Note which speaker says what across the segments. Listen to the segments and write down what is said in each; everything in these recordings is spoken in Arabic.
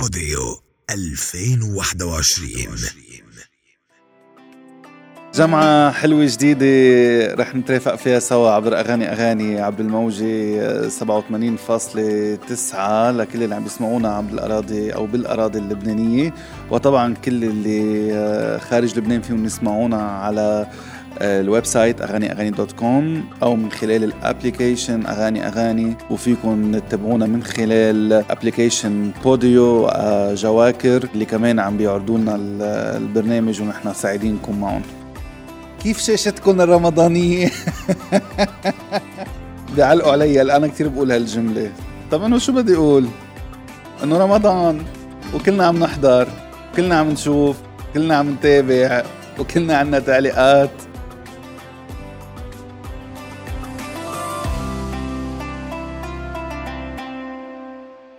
Speaker 1: بوديو 2021
Speaker 2: جمعة حلوة جديدة رح نترافق فيها سوا عبر أغاني أغاني آه، عبر الموجة 87.9 لكل اللي عم يسمعونا عبر الأراضي أو بالأراضي اللبنانية وطبعا كل اللي آه، خارج لبنان فيهم يسمعونا على آه، الويب سايت اغاني اغاني دوت كوم او من خلال الابلكيشن اغاني اغاني وفيكم تتابعونا من خلال ابلكيشن بوديو آه، جواكر اللي كمان عم بيعرضوا لنا ال- البرنامج ونحن سعيدين نكون معهم كيف شاشتكم الرمضانيه؟ بيعلقوا علي هلأ انا كثير بقول هالجمله طب انه شو بدي اقول؟ انه رمضان وكلنا عم نحضر كلنا عم نشوف كلنا عم نتابع وكلنا عنا تعليقات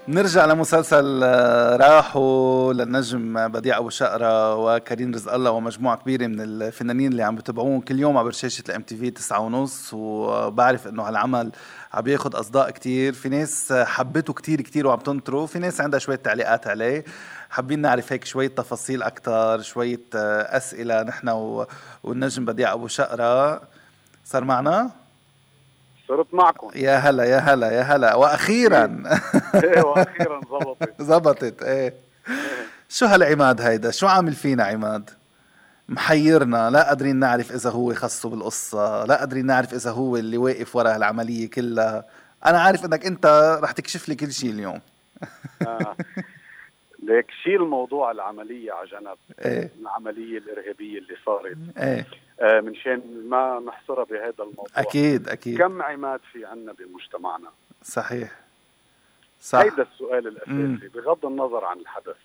Speaker 2: نرجع لمسلسل آه، راحوا للنجم بديع ابو شقره وكريم رزق الله ومجموعه كبيره من الفنانين اللي عم بتابعوهم كل يوم عبر شاشه الام تي في 9 ونص وبعرف انه هالعمل عم ياخذ اصداء كتير في ناس حبته كتير كتير وعم تنطره في ناس عندها شويه تعليقات عليه حابين نعرف هيك شوية تفاصيل أكتر شوية آه، أسئلة نحن و- والنجم بديع أبو شقرة صار معنا؟
Speaker 3: صرت معكم
Speaker 2: يا هلا يا هلا يا هلا وأخيرا
Speaker 3: ايه واخيرا ظبطت
Speaker 2: زبطت ايه شو هالعماد هيدا شو عامل فينا عماد محيرنا لا قادرين نعرف اذا هو خصه بالقصه لا قادرين نعرف اذا هو اللي واقف ورا هالعمليه كلها انا عارف انك انت رح تكشف لي كل شيء اليوم
Speaker 3: آه. ليك شيل موضوع العمليه على جنب
Speaker 2: ايه
Speaker 3: العمليه الارهابيه اللي صارت
Speaker 2: ايه
Speaker 3: آه من شان ما نحصرها بهذا الموضوع
Speaker 2: اكيد اكيد
Speaker 3: كم عماد في عنا بمجتمعنا
Speaker 2: صحيح صح
Speaker 3: هيدا السؤال الاساسي بغض النظر عن الحدث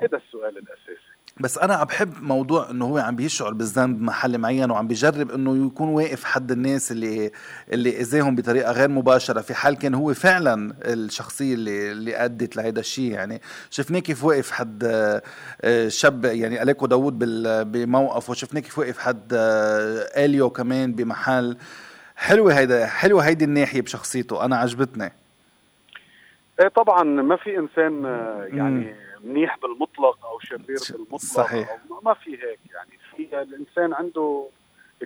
Speaker 3: هيدا السؤال الاساسي
Speaker 2: بس انا عم بحب موضوع انه هو عم بيشعر بالذنب محل معين وعم بيجرب انه يكون واقف حد الناس اللي اللي اذاهم بطريقه غير مباشره في حال كان هو فعلا الشخصيه اللي اللي ادت لهيدا الشيء يعني شفناه كيف واقف حد آه، آه، شاب يعني اليكو داوود بال- بموقف وشفناه كيف واقف حد آه، اليو كمان بمحل حلوه هيدا حلوه هيدي الناحيه بشخصيته انا عجبتني
Speaker 3: ايه طبعا ما في انسان آه، يعني منيح بالمطلق او شرير
Speaker 2: ص-
Speaker 3: بالمطلق
Speaker 2: صحيح.
Speaker 3: أو ما- ما في هيك يعني في الانسان عنده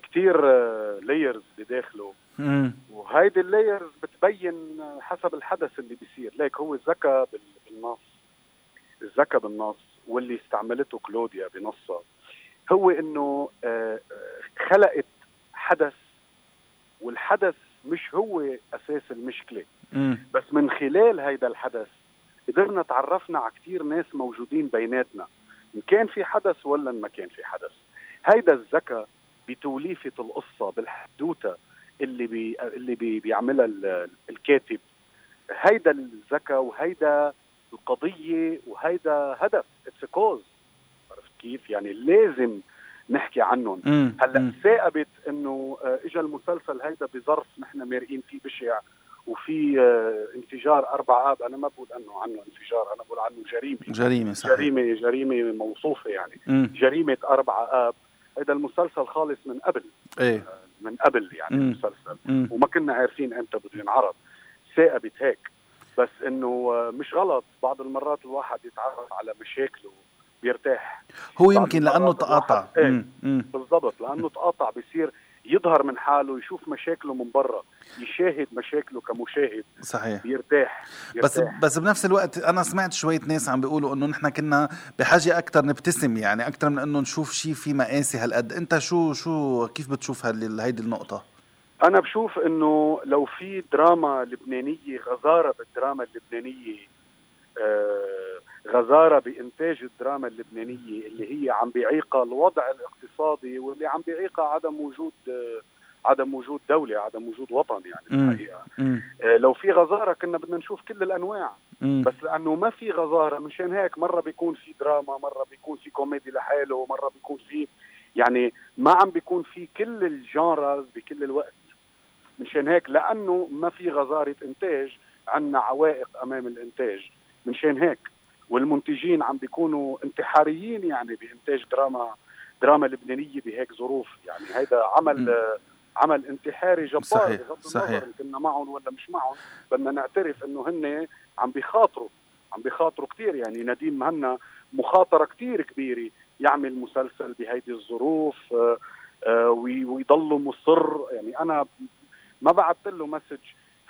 Speaker 3: كتير لايرز بداخله
Speaker 2: امم
Speaker 3: وهيدي اللايرز بتبين حسب الحدث اللي بيصير ليك هو الذكاء بال- بالنص الذكاء بالنص واللي استعملته كلوديا بنصها هو انه آه، آه، خلقت حدث والحدث مش هو اساس المشكله
Speaker 2: امم
Speaker 3: بس من خلال هيدا الحدث قدرنا تعرفنا على كتير ناس موجودين بيناتنا إن كان في حدث ولا إن ما كان في حدث هيدا الذكاء بتوليفة القصة بالحدوتة اللي بي اللي بي بيعملها ال- الكاتب هيدا الذكاء وهيدا القضية وهيدا هدف اتس كوز عرفت كيف يعني لازم نحكي عنهم
Speaker 2: امم
Speaker 3: هلا ثاقبت انه آه، اجى المسلسل هيدا بظرف نحن مارقين فيه بشع وفي آه، انفجار اربع اب انا ما بقول انه عنه انفجار انا بقول عنه جريمه
Speaker 2: جريمه صحيح
Speaker 3: جريمه جريمه موصوفه يعني
Speaker 2: امم
Speaker 3: جريمه اربع اب هيدا المسلسل خالص من قبل
Speaker 2: ايه
Speaker 3: من قبل يعني
Speaker 2: مم.
Speaker 3: المسلسل
Speaker 2: امم
Speaker 3: وما كنا عارفين امتى بده ينعرض ثاقبت هيك بس انه آه، مش غلط بعض المرات الواحد يتعرف على مشاكله بيرتاح
Speaker 2: هو
Speaker 3: بعض
Speaker 2: يمكن لانه
Speaker 3: المرات
Speaker 2: تقاطع
Speaker 3: الواحد- إيه.
Speaker 2: مم، مم.
Speaker 3: بالضبط لانه تقاطع بيصير يظهر من حاله يشوف مشاكله من برا يشاهد مشاكله كمشاهد
Speaker 2: صحيح
Speaker 3: بيرتاح,
Speaker 2: بس
Speaker 3: بيرتاح.
Speaker 2: بس بنفس الوقت انا سمعت شويه ناس عم بيقولوا انه نحن كنا بحاجه اكثر نبتسم يعني اكثر من انه نشوف شيء في مقاسي هالقد انت شو شو كيف بتشوف هال- هيدي النقطه
Speaker 3: انا بشوف انه لو في دراما لبنانيه غزاره بالدراما اللبنانيه آه، غزاره بانتاج الدراما اللبنانيه اللي هي عم بيعيقها الوضع الاقتصادي واللي عم بيعيقها عدم وجود آه، عدم وجود دوله عدم وجود وطن يعني
Speaker 2: مم.
Speaker 3: الحقيقه
Speaker 2: مم.
Speaker 3: آه، لو في غزاره كنا بدنا نشوف كل الانواع
Speaker 2: مم.
Speaker 3: بس لانه ما في غزاره مشان هيك مره بيكون في دراما مره بيكون في كوميدي لحاله مره بيكون في يعني ما عم بيكون في كل الجانرز بكل الوقت مشان هيك لانه ما في غزاره انتاج عندنا عوائق امام الانتاج مشان هيك والمنتجين عم بيكونوا انتحاريين يعني بانتاج دراما دراما لبنانيه بهيك ظروف يعني هيدا عمل
Speaker 2: م.
Speaker 3: آه، عمل انتحاري جبار
Speaker 2: صحيح،
Speaker 3: بغض
Speaker 2: صحيح.
Speaker 3: النظر إن كنا معهم ولا مش معهم بدنا نعترف انه هن عم بيخاطروا عم بيخاطروا كثير يعني نديم مهنا مخاطره كثير كبيره يعمل مسلسل بهيدي الظروف آه، آه، وي- ويضلوا مصر يعني انا ما بعثت له مسج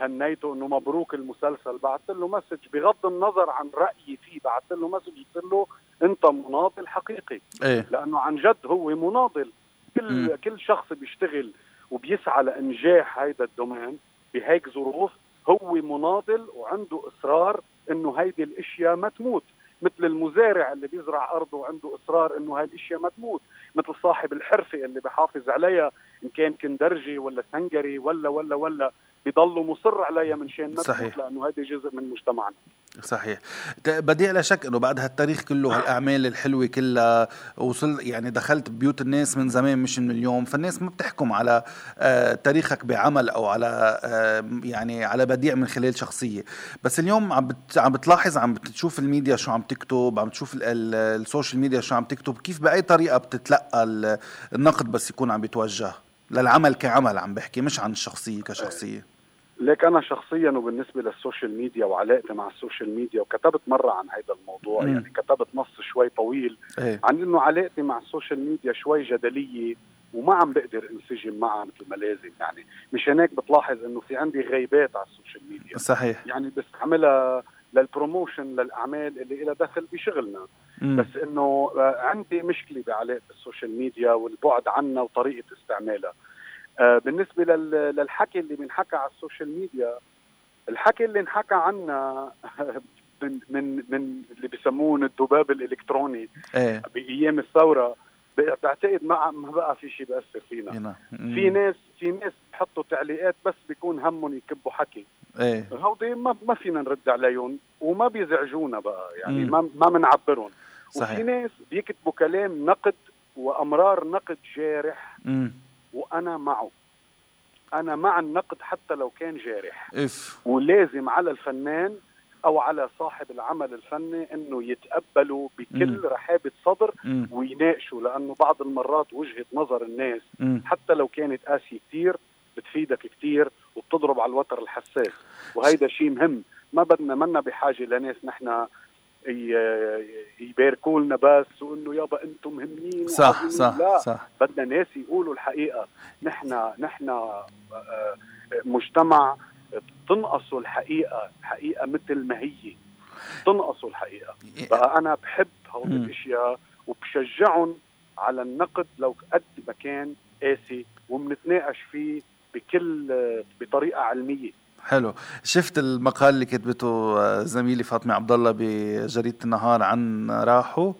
Speaker 3: هنيته انه مبروك المسلسل بعثت له مسج بغض النظر عن رايي فيه بعثت له مسج قلت له انت مناضل حقيقي
Speaker 2: ايه
Speaker 3: لانه عن جد هو مناضل كل
Speaker 2: مم.
Speaker 3: م. كل شخص بيشتغل وبيسعى لانجاح هيدا الدومين بهيك ظروف هو مناضل وعنده اصرار انه هيدي الاشياء ما تموت مثل المزارع اللي بيزرع ارضه وعنده اصرار انه هاي الاشياء ما تموت مثل صاحب الحرفه اللي بحافظ عليها ان كان كندرجي ولا سنجري ولا ولا ولا بضله مصر عليها من شان ما
Speaker 2: صحيح.
Speaker 3: تموت لانه هذا جزء من مجتمعنا
Speaker 2: صحيح ت- بديع لا شك انه بعد هالتاريخ كله هالاعمال الحلوه كلها وصل يعني دخلت بيوت الناس من زمان مش من اليوم فالناس ما بتحكم على آه، تاريخك بعمل او على آه، يعني على بديع من خلال شخصيه بس اليوم عم بت- عم بتلاحظ عم بتشوف الميديا شو عم تكتب عم تشوف ال- ال- السوشيال ميديا شو عم تكتب كيف باي طريقه بتتلقى ال- النقد بس يكون عم بيتوجه للعمل كعمل عم بحكي مش عن الشخصيه كشخصيه
Speaker 3: لك انا شخصيا وبالنسبه للسوشيال ميديا وعلاقتي مع السوشيال ميديا وكتبت مره عن هذا الموضوع
Speaker 2: مم.
Speaker 3: يعني كتبت نص شوي طويل
Speaker 2: ايه
Speaker 3: عن انه علاقتي مع السوشيال ميديا شوي جدليه وما عم بقدر انسجم معها مثل ما لازم يعني مشان هيك بتلاحظ انه في عندي غيبات على السوشيال ميديا
Speaker 2: صحيح
Speaker 3: يعني بستعملها للبروموشن للاعمال اللي لها دخل بشغلنا
Speaker 2: مم.
Speaker 3: بس انه آه، عندي مشكله بعلاقه السوشيال ميديا والبعد عنها وطريقه استعمالها آه، بالنسبه لل- للحكي اللي بنحكى على السوشيال ميديا الحكي اللي انحكى عنا من من من اللي بيسموه الذباب الالكتروني
Speaker 2: ايه
Speaker 3: بايام الثوره ب- بعتقد ما ما بقى في شيء بياثر فينا
Speaker 2: هنا.
Speaker 3: في
Speaker 2: مم.
Speaker 3: ناس في ناس بحطوا تعليقات بس بيكون همهم يكبوا حكي
Speaker 2: ايه
Speaker 3: هودي ما ما فينا نرد عليهم وما بيزعجونا بقى يعني
Speaker 2: مم.
Speaker 3: ما ما بنعبرهم وفي
Speaker 2: صحيح
Speaker 3: ناس بيكتبوا كلام نقد وامرار نقد جارح
Speaker 2: امم
Speaker 3: وانا معه انا مع النقد حتى لو كان جارح
Speaker 2: اف
Speaker 3: ولازم على الفنان او على صاحب العمل الفني انه يتقبلوا
Speaker 2: مم.
Speaker 3: بكل رحابه صدر
Speaker 2: امم
Speaker 3: ويناقشوا لانه بعض المرات وجهه نظر الناس
Speaker 2: امم
Speaker 3: حتى لو كانت قاسيه كثير بتفيدك كثير وبتضرب على الوتر الحساس وهيدا شيء مهم ما بدنا منا بحاجه لناس نحن ي- يباركوا لنا بس وانه يابا انتم مهمين
Speaker 2: صح
Speaker 3: وعظيمين.
Speaker 2: صح
Speaker 3: لا
Speaker 2: صح
Speaker 3: بدنا ناس يقولوا الحقيقه نحن نحن آه، آه، مجتمع بتنقصوا الحقيقه الحقيقه مثل ما هي بتنقصوا الحقيقه بقى انا بحب هول
Speaker 2: مم.
Speaker 3: الاشياء وبشجعهم على النقد لو قد ما كان قاسي وبنتناقش فيه بكل بطريقه علميه
Speaker 2: حلو شفت المقال اللي كتبته آه، زميلي فاطمه عبد الله بجريده النهار عن راحه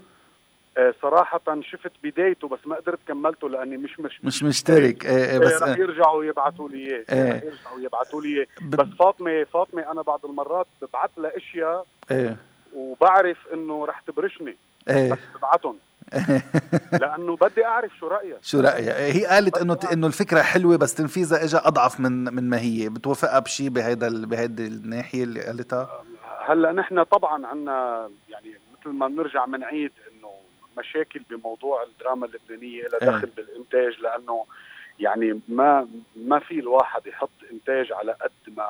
Speaker 3: آه، صراحة شفت بدايته بس ما قدرت كملته لاني مش مش
Speaker 2: مش مشترك ايه ايه بس
Speaker 3: آه، رح يرجعوا يبعثوا لي اياه
Speaker 2: إيه.
Speaker 3: رح يرجعوا يبعثوا لي اياه
Speaker 2: ب-
Speaker 3: بس فاطمة فاطمة انا بعض المرات ببعث لها اشياء
Speaker 2: ايه
Speaker 3: وبعرف انه رح تبرشني بس
Speaker 2: ايه
Speaker 3: ببعتهم لانه بدي اعرف شو رايها
Speaker 2: شو رأيك؟ إيه، هي قالت انه ت- انه الفكره حلوه بس تنفيذها اجى اضعف من من ما هي، بتوافقها بشيء بهيدا ال- بهيدي الناحيه اللي قالتها؟
Speaker 3: هلا نحن طبعا عنا يعني مثل ما بنرجع بنعيد انه مشاكل بموضوع الدراما اللبنانيه لها
Speaker 2: إيه.
Speaker 3: دخل بالانتاج لانه يعني ما ما في الواحد يحط انتاج على قد ما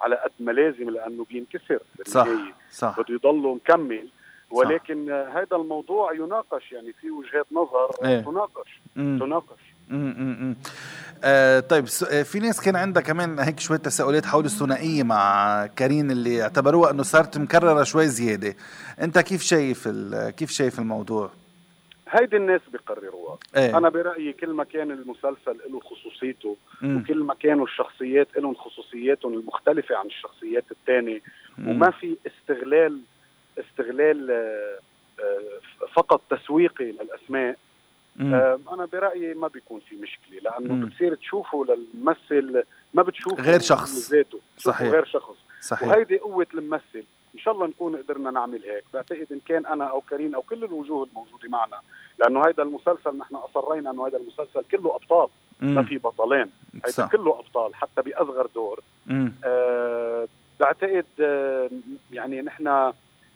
Speaker 3: على قد ما لازم لانه بينكسر
Speaker 2: صح
Speaker 3: بالنهاية.
Speaker 2: صح
Speaker 3: بده يضله مكمل ولكن آه، هذا الموضوع يناقش يعني في وجهات نظر آه،
Speaker 2: إيه.
Speaker 3: تناقش
Speaker 2: مم.
Speaker 3: تناقش
Speaker 2: أمم أمم. آه طيب س- آه، في ناس كان عندها كمان هيك شويه تساؤلات حول الثنائيه مع كارين اللي اعتبروها انه صارت مكرره شوي زياده انت كيف شايف ال- كيف شايف الموضوع
Speaker 3: هيدي الناس بقرروها
Speaker 2: ايه
Speaker 3: انا برايي كل ما كان المسلسل له خصوصيته
Speaker 2: أمم،
Speaker 3: وكل ما كانوا الشخصيات لهم خصوصياتهم المختلفة عن الشخصيات الثانية
Speaker 2: أمم،
Speaker 3: وما في استغلال استغلال آه، آه، فقط تسويقي للأسماء
Speaker 2: أمم.
Speaker 3: آه، أنا برأيي ما بيكون في مشكلة
Speaker 2: مم.
Speaker 3: لأنه بتصير تشوفه للممثل ما بتشوفه
Speaker 2: غير شخص.
Speaker 3: ذاته
Speaker 2: صحيح.
Speaker 3: صحيح غير شخص
Speaker 2: صحيح
Speaker 3: وهيدي قوة الممثل إن شاء الله نكون قدرنا نعمل هيك بعتقد إن كان أنا أو كريم أو كل الوجوه الموجودة معنا لأنه هيدا المسلسل نحن أصرينا أنه هيدا المسلسل كله أبطال ما
Speaker 2: أمم،
Speaker 3: في بطلين هيدا
Speaker 2: صح
Speaker 3: كله ابطال حتى باصغر دور
Speaker 2: أمم،
Speaker 3: أه بعتقد أه يعني نحن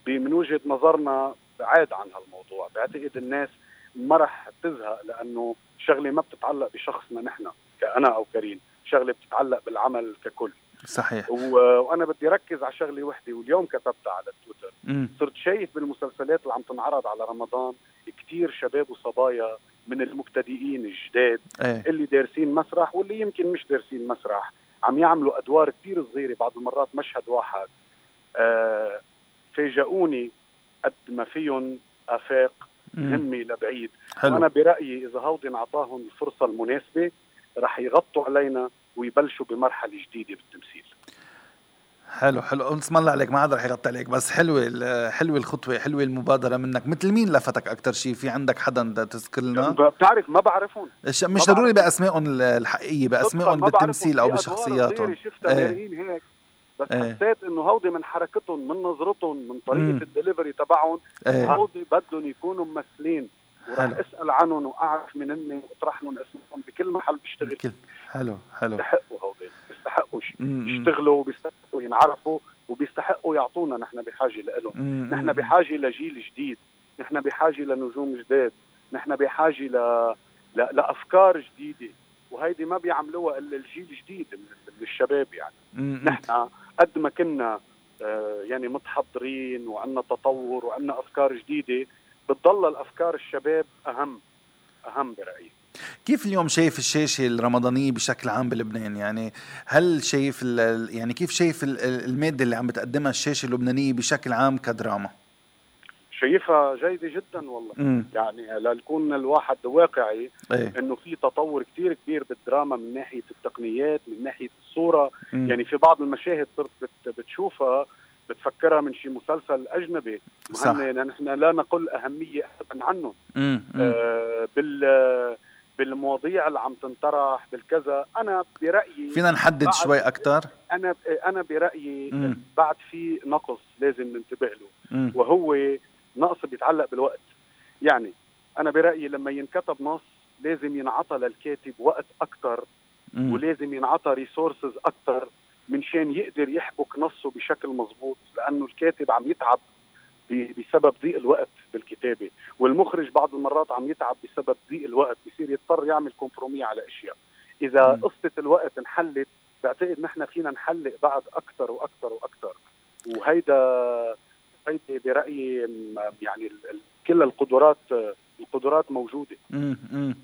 Speaker 3: ب- من وجهه نظرنا بعاد عن هالموضوع بعتقد الناس ما رح تزهق لانه شغله ما بتتعلق بشخصنا نحن كانا او كريم شغله بتتعلق بالعمل ككل
Speaker 2: صحيح
Speaker 3: و- وانا بدي ركز على شغله وحده واليوم كتبتها على تويتر
Speaker 2: امم
Speaker 3: صرت شايف بالمسلسلات اللي عم تنعرض على رمضان كتير شباب وصبايا من المبتدئين الجداد
Speaker 2: ايه
Speaker 3: اللي دارسين مسرح واللي يمكن مش دارسين مسرح عم يعملوا ادوار كتير صغيره بعض المرات مشهد واحد آه فاجئوني قد ما فيهم افاق
Speaker 2: مم.
Speaker 3: همي لبعيد وانا
Speaker 2: حلو
Speaker 3: برايي اذا هودي انعطاهم الفرصه المناسبه رح يغطوا علينا ويبلشوا بمرحله جديده بالتمثيل
Speaker 2: حلو حلو قلت اسم الله عليك ما عاد رح يغطي عليك بس حلوه ال- حلوه الخطوه حلوه المبادره منك مثل مين لفتك اكثر شيء في عندك حدا بدك تذكر لنا
Speaker 3: بتعرف ما بعرفهم
Speaker 2: الش-
Speaker 3: ما
Speaker 2: مش ضروري
Speaker 3: بعرف.
Speaker 2: باسمائهم ال- الحقيقيه
Speaker 3: صدقاً
Speaker 2: باسمائهم
Speaker 3: ما بعرفهم.
Speaker 2: بالتمثيل او
Speaker 3: في أدوار
Speaker 2: بشخصياتهم
Speaker 3: صغيرة شفتها
Speaker 2: إيه.
Speaker 3: لايقين هيك بس
Speaker 2: إيه.
Speaker 3: حسيت انه هودي من حركتهم من نظرتهم من
Speaker 2: مم.
Speaker 3: طريقه الدليفري تبعهم
Speaker 2: ايه
Speaker 3: هودي بدهم يكونوا ممثلين ورح
Speaker 2: حلو.
Speaker 3: اسال عنهم واعرف من هن واطرح لهم اسمهم بكل محل بشتغل
Speaker 2: كل- حلو حلو
Speaker 3: بيستحقوا هودي بيستحقوا شيء
Speaker 2: مم.
Speaker 3: يشتغلوا وبيستحقوا ينعرفوا وبيستحقوا يعطونا نحن بحاجه لهم
Speaker 2: مم.
Speaker 3: نحن بحاجه لجيل جديد نحن بحاجه لنجوم جداد نحن بحاجه ل... ل... لافكار جديده وهيدي ما بيعملوها الا الجيل الجديد من من الشباب يعني
Speaker 2: مم.
Speaker 3: نحن قد ما كنا آه، يعني متحضرين وعندنا تطور وعندنا افكار جديده بتضل الافكار الشباب اهم اهم برايي
Speaker 2: كيف اليوم شايف الشاشه الرمضانيه بشكل عام بلبنان يعني هل شايف ال- ال- يعني كيف شايف ال- ال- الماده اللي عم بتقدمها الشاشه اللبنانيه بشكل عام كدراما
Speaker 3: شايفها جيده جدا والله
Speaker 2: امم
Speaker 3: يعني لنكون الواحد واقعي
Speaker 2: ايه
Speaker 3: انه في تطور كتير كبير بالدراما من ناحيه التقنيات من ناحيه الصوره
Speaker 2: مم.
Speaker 3: يعني في بعض المشاهد صرت بت- بتشوفها بتفكرها من شي مسلسل اجنبي
Speaker 2: صح.
Speaker 3: مهنا نحن لا نقل اهميه ابدا عنه
Speaker 2: مم. مم.
Speaker 3: آه بال بالمواضيع اللي عم تنطرح بالكذا انا برايي
Speaker 2: فينا نحدد
Speaker 3: بعد-
Speaker 2: شوي اكثر
Speaker 3: انا انا برايي
Speaker 2: مم.
Speaker 3: بعد في نقص لازم ننتبه له
Speaker 2: مم.
Speaker 3: وهو نقص بيتعلق بالوقت يعني انا برايي لما ينكتب نص لازم ينعطى للكاتب وقت اكثر
Speaker 2: مم.
Speaker 3: ولازم ينعطى ريسورسز اكثر منشان يقدر يحبك نصه بشكل مزبوط لانه الكاتب عم يتعب ب- بسبب ضيق الوقت بالكتابه والمخرج بعض المرات عم يتعب بسبب ضيق الوقت بصير يضطر يعمل كومبرومي على اشياء اذا
Speaker 2: مم.
Speaker 3: قصه الوقت انحلت بعتقد نحن فينا نحلق بعد اكثر واكثر واكثر وهيدا هيدي برايي م- يعني ال- ال- كل القدرات القدرات موجوده
Speaker 2: مم. مم.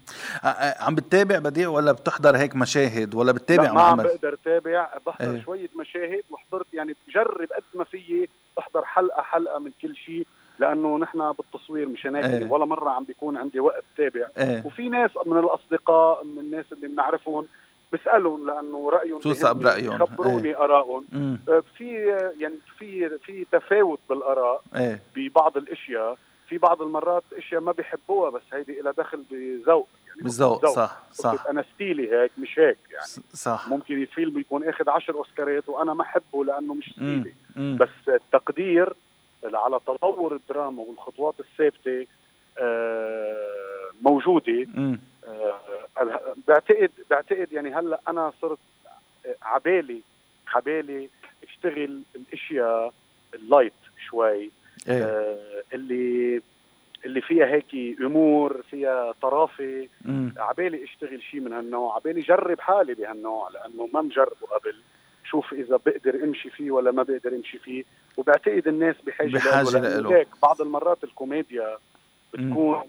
Speaker 2: آه، آه، عم بتتابع بديع ولا بتحضر هيك مشاهد ولا
Speaker 3: لا،
Speaker 2: بتتابع
Speaker 3: ما عم
Speaker 2: معمل
Speaker 3: بقدر تابع بحضر
Speaker 2: إيه.
Speaker 3: ايه. شويه مشاهد وحضرت يعني بجرب قد ما فيي احضر حلقه حلقه من كل شيء لانه نحن بالتصوير مشان هيك
Speaker 2: إيه.
Speaker 3: ولا مره عم بيكون عندي وقت تابع
Speaker 2: ايه
Speaker 3: وفي ناس من الاصدقاء من الناس اللي بنعرفهم بسالهم لانه رايهم
Speaker 2: توثق
Speaker 3: بيهمني،
Speaker 2: برأيهم.
Speaker 3: خبروني
Speaker 2: إيه.
Speaker 3: ارائهم
Speaker 2: مم.
Speaker 3: آه، في آه، يعني في في تفاوت بالاراء
Speaker 2: ايه
Speaker 3: ببعض الاشياء في بعض المرات اشياء ما بيحبوها بس هيدي لها دخل بذوق يعني
Speaker 2: بالذوق صح صح
Speaker 3: انا ستيلي هيك مش هيك يعني
Speaker 2: ص- صح
Speaker 3: ممكن الفيلم يكون اخذ عشر اوسكارات وانا ما احبه لانه مش
Speaker 2: مم.
Speaker 3: ستيلي
Speaker 2: مم.
Speaker 3: بس التقدير على تطور الدراما والخطوات الثابته آه، موجوده
Speaker 2: مم.
Speaker 3: آه، بعتقد بعتقد يعني هلا انا صرت عبالي عبالي اشتغل الاشياء اللايت شوي
Speaker 2: ايه
Speaker 3: آه، اللي اللي فيها هيك امور فيها طرافه
Speaker 2: مم.
Speaker 3: عبالي اشتغل شيء من هالنوع عبالي جرب حالي بهالنوع لانه ما مجربه قبل شوف اذا بقدر امشي فيه ولا ما بقدر امشي فيه وبعتقد الناس بحاجه
Speaker 2: بحاجة
Speaker 3: لإله، لأنه
Speaker 2: لإله.
Speaker 3: هيك بعض المرات الكوميديا بتكون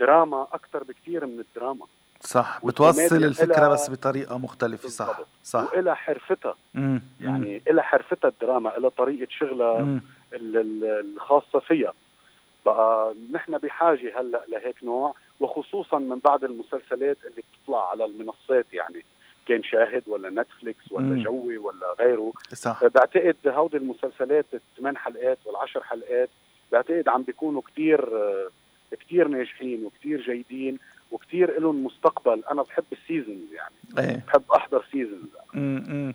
Speaker 3: دراما اكثر بكثير من الدراما
Speaker 2: صح
Speaker 3: والكوميديا
Speaker 2: بتوصل الفكره
Speaker 3: إلها-
Speaker 2: بس بطريقه مختلفه صح
Speaker 3: بالضبط.
Speaker 2: صح
Speaker 3: وإلها حرفتها
Speaker 2: مم. مم.
Speaker 3: يعني آه، إلها حرفتها الدراما إلها طريقه شغلها
Speaker 2: مم.
Speaker 3: ال- ال- الخاصه فيها بقى نحن بحاجه هلا لهيك نوع وخصوصا من بعد المسلسلات اللي بتطلع على المنصات يعني كان شاهد ولا نتفليكس
Speaker 2: مم.
Speaker 3: ولا جوي ولا غيره
Speaker 2: صح
Speaker 3: آه، بعتقد هودي المسلسلات الثمان حلقات والعشر حلقات بعتقد عم بيكونوا كتير كتير ناجحين وكتير جيدين وكتير لهم مستقبل انا بحب السيزونز يعني
Speaker 2: ايه
Speaker 3: بحب احضر سيزونز
Speaker 2: امم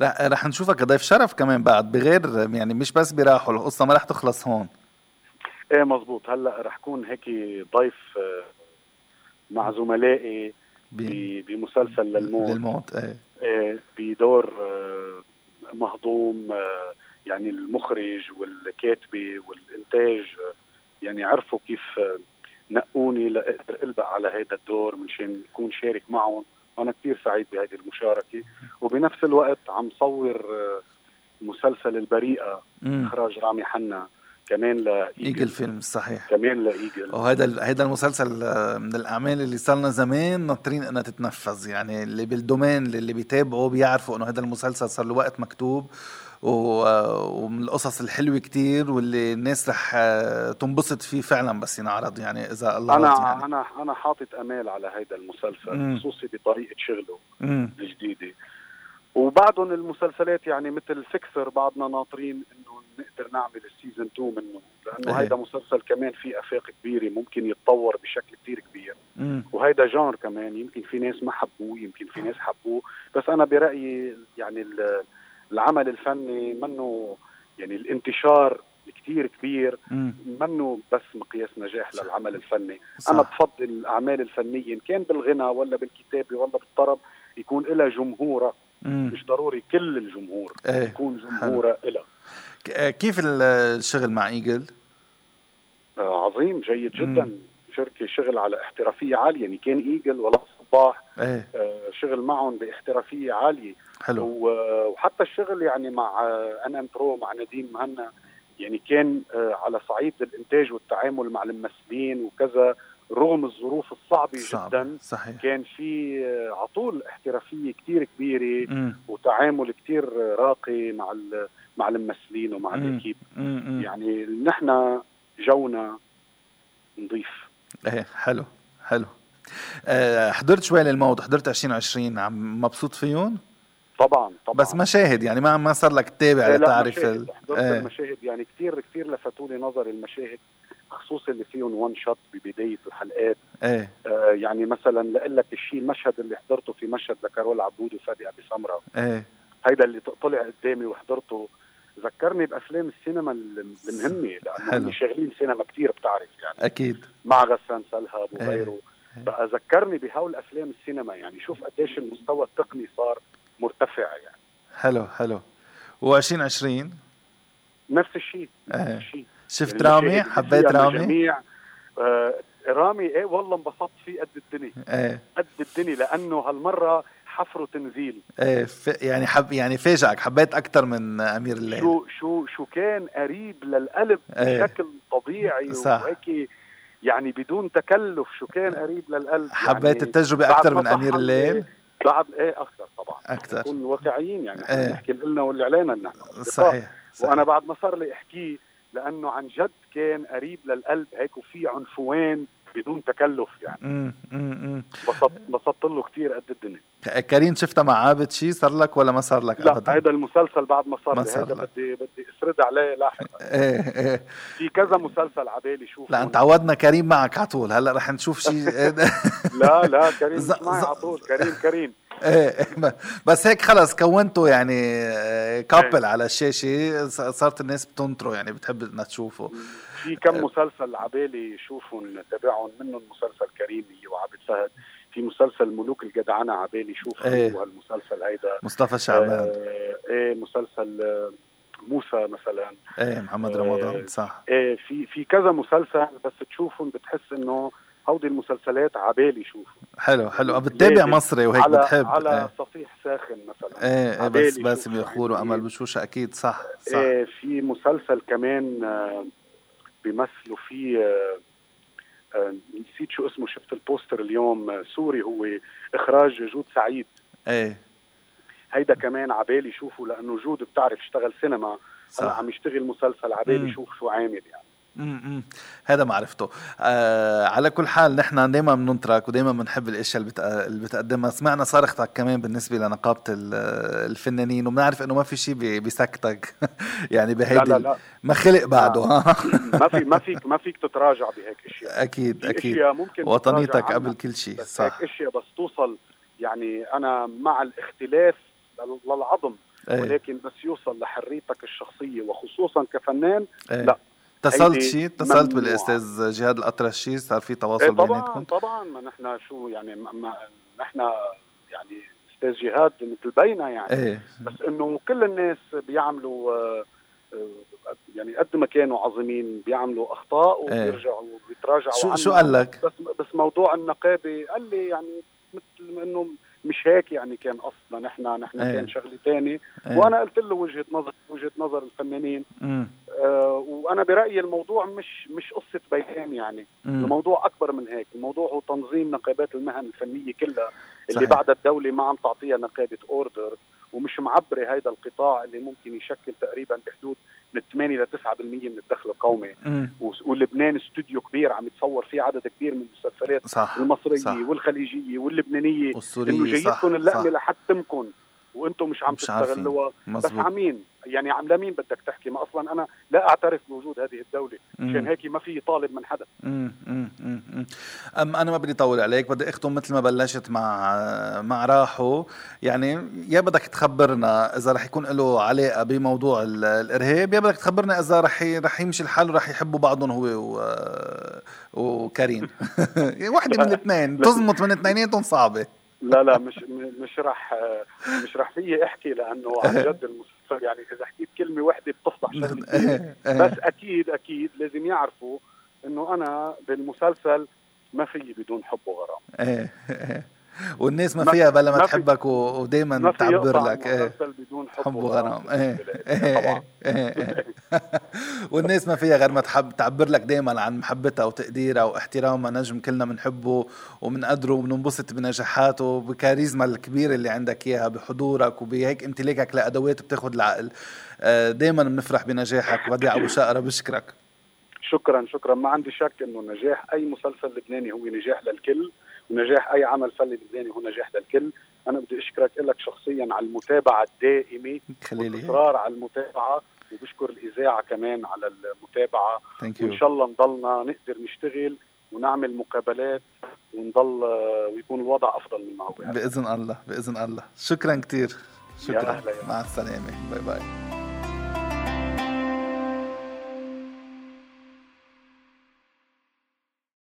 Speaker 2: رح, رح نشوفك ضيف شرف كمان بعد بغير يعني مش بس براحوا القصه ما رح تخلص هون
Speaker 3: ايه مزبوط هلا رح كون هيك ضيف آه، مع زملائي
Speaker 2: ب-
Speaker 3: ب- بمسلسل للموت
Speaker 2: للموت ايه
Speaker 3: آه، بدور آه، مهضوم آه، يعني المخرج والكاتبه والانتاج آه، يعني عرفوا كيف آه، نقوني لاقدر البق على هذا الدور منشان اكون شارك معهم وانا كثير سعيد بهذه المشاركه وبنفس الوقت عم صور آه، مسلسل البريئه
Speaker 2: مم.
Speaker 3: اخراج رامي حنا كمان
Speaker 2: ايجل
Speaker 3: لايجل
Speaker 2: فيلم صحيح
Speaker 3: كمان لايجل
Speaker 2: وهذا ال- هيدا المسلسل آه، من الاعمال اللي صارنا زمان ناطرين انها تتنفذ يعني اللي بالدومين اللي بيتابعوا بيعرفوا انه هذا المسلسل صار له وقت مكتوب و- آه، ومن القصص الحلوه كتير واللي الناس رح آه، تنبسط فيه فعلا بس ينعرض يعني اذا الله راضي
Speaker 3: انا
Speaker 2: يعني.
Speaker 3: انا انا حاطط امال على هيدا
Speaker 2: مم.
Speaker 3: المسلسل خصوصي بطريقه شغله
Speaker 2: مم.
Speaker 3: الجديده وبعدهم المسلسلات يعني مثل فيكسر بعدنا ناطرين انه نقدر نعمل السيزون 2 منه لانه
Speaker 2: إيه.
Speaker 3: هيدا مسلسل كمان فيه افاق كبيره ممكن يتطور بشكل كتير كبير
Speaker 2: مم.
Speaker 3: وهيدا جانر كمان يمكن في ناس ما حبوه يمكن في ناس حبوه بس انا برايي يعني ال- العمل الفني منه يعني الانتشار كتير كبير
Speaker 2: مم.
Speaker 3: منه بس مقياس نجاح للعمل الفني انا
Speaker 2: صح
Speaker 3: بفضل الاعمال الفنيه ان كان بالغنى ولا بالكتابه ولا بالطرب يكون لها جمهورها
Speaker 2: مم.
Speaker 3: مش ضروري كل الجمهور
Speaker 2: ايه
Speaker 3: يكون جمهورها لها
Speaker 2: ك- آه، كيف ال- الشغل مع ايجل؟
Speaker 3: آه عظيم جيد
Speaker 2: مم.
Speaker 3: جدا شركه شغل على احترافيه عاليه يعني كان ايجل ولا صباح
Speaker 2: ايه
Speaker 3: آه شغل معهم باحترافيه عاليه
Speaker 2: حلو
Speaker 3: و- آه، وحتى الشغل يعني مع ان ام برو مع نديم مهنا يعني كان آه، على صعيد الانتاج والتعامل مع الممثلين وكذا رغم الظروف الصعبه جدا
Speaker 2: صعب صحيح
Speaker 3: كان في آه، عطول احترافيه كتير كبيره
Speaker 2: مم.
Speaker 3: وتعامل كتير آه، راقي مع ال- مع الممثلين ومع
Speaker 2: مم.
Speaker 3: الاكيب
Speaker 2: مم. مم.
Speaker 3: يعني نحن جونا نضيف
Speaker 2: ايه حلو حلو آه، حضرت شوي للموت حضرت 2020 عم مبسوط فيهم
Speaker 3: طبعا طبعا
Speaker 2: بس مشاهد يعني ما ما صار لك تتابع
Speaker 3: إيه، لا،
Speaker 2: لتعرف
Speaker 3: مشاهد.
Speaker 2: ال...
Speaker 3: حضرت
Speaker 2: إيه.
Speaker 3: المشاهد يعني كثير كثير لفتوا لي نظري المشاهد خصوصا اللي فيهم وان شوت ببدايه الحلقات
Speaker 2: ايه
Speaker 3: آه يعني مثلا لاقول لك الشيء المشهد اللي حضرته في مشهد لكارول عبود وفادي ابي سمره
Speaker 2: ايه
Speaker 3: هيدا اللي طلع قدامي وحضرته ذكرني بافلام السينما الم- المهمه لانه
Speaker 2: حلو.
Speaker 3: هم شغالين سينما كثير بتعرف يعني
Speaker 2: اكيد
Speaker 3: مع غسان سلهب
Speaker 2: إيه.
Speaker 3: وغيره
Speaker 2: إيه.
Speaker 3: بقى ذكرني بهول افلام السينما يعني شوف قديش المستوى التقني صار مرتفع يعني
Speaker 2: حلو حلو و2020
Speaker 3: نفس الشيء نفس
Speaker 2: إيه.
Speaker 3: الشيء يعني
Speaker 2: شفت
Speaker 3: المشاهد
Speaker 2: رامي
Speaker 3: اللي
Speaker 2: حبيت
Speaker 3: فيها
Speaker 2: رامي
Speaker 3: مجاميع آه رامي ايه والله انبسطت فيه قد الدنيا
Speaker 2: ايه
Speaker 3: قد الدنيا لانه هالمره حفره تنزيل
Speaker 2: ايه ف... يعني حب يعني فاجئك حبيت اكثر من امير الليل
Speaker 3: شو شو شو كان قريب للقلب
Speaker 2: إيه.
Speaker 3: بشكل طبيعي
Speaker 2: صح. إيه.
Speaker 3: وهيك يعني بدون تكلف شو كان قريب للقلب
Speaker 2: حبيت
Speaker 3: يعني
Speaker 2: التجربه
Speaker 3: بعد
Speaker 2: اكثر
Speaker 3: ما
Speaker 2: من امير
Speaker 3: صحن-
Speaker 2: الليل
Speaker 3: بعد ايه اكثر طبعا
Speaker 2: اكثر
Speaker 3: نكون واقعيين يعني
Speaker 2: إيه.
Speaker 3: احنا نحكي اللي قلنا واللي علينا نحن
Speaker 2: صحيح, صحيح.
Speaker 3: وانا بعد ما صار لي احكيه لانه عن جد كان قريب للقلب هيك وفي عنفوان بدون تكلف يعني
Speaker 2: مم، مم، مم.
Speaker 3: انبسطت
Speaker 2: إيه.
Speaker 3: انبسطت له كثير قد الدنيا
Speaker 2: كارين شفتها مع عابد شي صار لك ولا ما صار لك
Speaker 3: لا
Speaker 2: ابدا؟
Speaker 3: هذا المسلسل بعد ما صار
Speaker 2: ما
Speaker 3: لي
Speaker 2: صار
Speaker 3: هيدا
Speaker 2: لك.
Speaker 3: بدي بدي اسرد عليه لاحقا
Speaker 2: ايه ايه
Speaker 3: في كذا مسلسل عبالي شوفه
Speaker 2: لا انت عودنا كريم معك على طول هلا رح نشوف شيء
Speaker 3: لا لا كريم
Speaker 2: ز-
Speaker 3: مش معي
Speaker 2: ز-
Speaker 3: على طول كريم كريم
Speaker 2: ايه بس هيك خلص كونته يعني كابل على الشاشه ص- صارت الناس بتنطره يعني بتحب انها تشوفه
Speaker 3: في
Speaker 2: آه.
Speaker 3: كم مسلسل عبالي شوفهم تابعهم منهم مسلسل كريم اللي وعبد فهد في مسلسل ملوك الجدعنه عبالي شوفه
Speaker 2: إيه.
Speaker 3: وهالمسلسل هيدا
Speaker 2: مصطفى شعبان
Speaker 3: آه، ايه مسلسل آه، موسى مثلا
Speaker 2: ايه محمد
Speaker 3: آه،
Speaker 2: رمضان صح
Speaker 3: ايه في في كذا مسلسل بس تشوفهم بتحس انه هودي المسلسلات عبالي شوفهم
Speaker 2: حلو حلو عم بتتابع
Speaker 3: لازم
Speaker 2: مصري وهيك
Speaker 3: إيه. على
Speaker 2: بتحب
Speaker 3: على
Speaker 2: ايه
Speaker 3: صفيح ساخن مثلا
Speaker 2: ايه ايه
Speaker 3: عبالي
Speaker 2: بس
Speaker 3: شوف
Speaker 2: باسم يخور
Speaker 3: عبالي.
Speaker 2: وامل بشوشه اكيد صح صح
Speaker 3: إيه في مسلسل كمان آه، بيمثلوا فيه آه، آه، نسيت شو اسمه شفت البوستر اليوم آه، سوري هو اخراج جود سعيد
Speaker 2: ايه
Speaker 3: هيدا كمان عبالي شوفه لانه جود بتعرف اشتغل سينما هلا
Speaker 2: صح
Speaker 3: عم يشتغل مسلسل عبالي
Speaker 2: مم.
Speaker 3: شوف شو عامل يعني
Speaker 2: امم هذا ما عرفته آه على كل حال نحن دائما بننطرك ودائما بنحب الاشياء اللي, بتق... اللي بتقدمها سمعنا صرختك كمان بالنسبه لنقابه ال- الفنانين وبنعرف انه ما في شيء بي... بيسكتك يعني
Speaker 3: لا
Speaker 2: بهيدي
Speaker 3: لا نعم.
Speaker 2: ال-
Speaker 3: لا
Speaker 2: ما خلق بعده ها
Speaker 3: ما في ما فيك ما فيك تتراجع بهيك اشياء
Speaker 2: اكيد
Speaker 3: في
Speaker 2: اكيد
Speaker 3: اشياء ممكن
Speaker 2: وطنيتك
Speaker 3: تتراجع
Speaker 2: قبل
Speaker 3: عنها،
Speaker 2: كل شيء
Speaker 3: بس
Speaker 2: صح
Speaker 3: هيك اشياء بس توصل يعني انا مع الاختلاف لل- للعظم
Speaker 2: ايه
Speaker 3: ولكن بس يوصل لحريتك الشخصيه وخصوصا كفنان
Speaker 2: ايه
Speaker 3: لا.
Speaker 2: اتصلت
Speaker 3: هيدي
Speaker 2: شيء اتصلت
Speaker 3: ممنوعة.
Speaker 2: بالاستاذ جهاد الاطرش شيء صار في
Speaker 3: إيه
Speaker 2: تواصل
Speaker 3: طبعا
Speaker 2: بيناتكم
Speaker 3: طبعا ما نحن شو يعني ما- ما نحن يعني استاذ جهاد مثل بينا يعني
Speaker 2: ايه
Speaker 3: بس انه كل الناس بيعملوا آه، آه، يعني قد ما كانوا عظيمين بيعملوا اخطاء
Speaker 2: إيه.
Speaker 3: وبيرجعوا بيتراجعوا
Speaker 2: شو
Speaker 3: عنها.
Speaker 2: شو قال لك؟
Speaker 3: بس بس موضوع النقابه قال لي يعني مثل انه مش هيك يعني كان قصدنا نحن نحن
Speaker 2: إيه.
Speaker 3: كان شغله ثانيه
Speaker 2: إيه.
Speaker 3: وانا قلت له وجهه نظر وجهه نظر الفنانين
Speaker 2: مم.
Speaker 3: آه وانا برايي الموضوع مش مش قصه بيان يعني
Speaker 2: مم.
Speaker 3: الموضوع اكبر من هيك الموضوع هو تنظيم نقابات المهن الفنيه كلها اللي
Speaker 2: صحيح.
Speaker 3: بعد الدوله ما عم تعطيها نقابه اوردر ومش معبره هيدا القطاع اللي ممكن يشكل تقريبا بحدود من 8 ل 9% من الدخل القومي
Speaker 2: مم.
Speaker 3: و- ولبنان استوديو كبير عم يتصور فيه عدد كبير من المسلسلات
Speaker 2: صح
Speaker 3: المصريه
Speaker 2: صح.
Speaker 3: والخليجيه واللبنانيه انه
Speaker 2: والسورية صح
Speaker 3: جايتكم اللقمه
Speaker 2: صح.
Speaker 3: لحتمكم وانتم مش عم
Speaker 2: مش عارفين.
Speaker 3: تستغلوها بس
Speaker 2: مزبوط
Speaker 3: عمين يعني عم لمين بدك تحكي ما اصلا انا لا اعترف بوجود هذه الدوله
Speaker 2: مم.
Speaker 3: عشان هيك ما في طالب من حدا
Speaker 2: مم، مم، مم، مم. أم انا ما بدي طول عليك بدي اختم مثل ما بلشت مع مع راحو يعني يا بدك تخبرنا اذا رح يكون له علاقه بموضوع ال- الارهاب يا بدك تخبرنا اذا رح ي- رح يمشي الحال ورح يحبوا بعضهم هو و... وكريم يعني وحده من الاثنين تزمط من اثنيناتهم صعبه
Speaker 3: لا لا مش م- مش رح مش رح فيي احكي لانه عن جد المسلسل يعني اذا حكيت كلمه وحده بتصلح شغله كتير. بس اكيد اكيد لازم يعرفوا انه انا بالمسلسل ما في بدون حب وغرام
Speaker 2: والناس ما
Speaker 3: ما-
Speaker 2: فيها بلا ما
Speaker 3: ما في-
Speaker 2: تحبك ودائما
Speaker 3: ما في
Speaker 2: تعبر
Speaker 3: يقطع
Speaker 2: لك إيه.
Speaker 3: المسلسل بدون حب,
Speaker 2: حب وغرام ايه
Speaker 3: بالنسبة لي.
Speaker 2: إيه،
Speaker 3: طبعا
Speaker 2: إيه، إيه. والناس ما فيها غير ما تحب تعبر لك دائما عن محبتها وتقديرها واحترامها نجم كلنا بنحبه وبنقدره وبننبسط بنجاحاته وبكاريزما الكبيره اللي عندك اياها بحضورك وبهيك امتلاكك لادوات بتاخذ العقل دائما بنفرح بنجاحك وديع ابو شقره بشكرك
Speaker 3: شكرا شكرا ما عندي شك انه نجاح اي مسلسل لبناني هو نجاح للكل ونجاح اي عمل فني لبناني هو نجاح للكل انا بدي اشكرك لك شخصيا على المتابعه الدائمه
Speaker 2: خليلي
Speaker 3: والاصرار على المتابعه وبشكر الاذاعه كمان على المتابعه
Speaker 2: ثانك يو
Speaker 3: وان شاء الله نضلنا نقدر نشتغل ونعمل مقابلات ونضل آه، ويكون الوضع افضل مما هو هلا.
Speaker 2: باذن الله باذن الله شكرا كثير
Speaker 3: يا
Speaker 2: شكرا
Speaker 3: أهلا، يا
Speaker 2: مع السلامه باي باي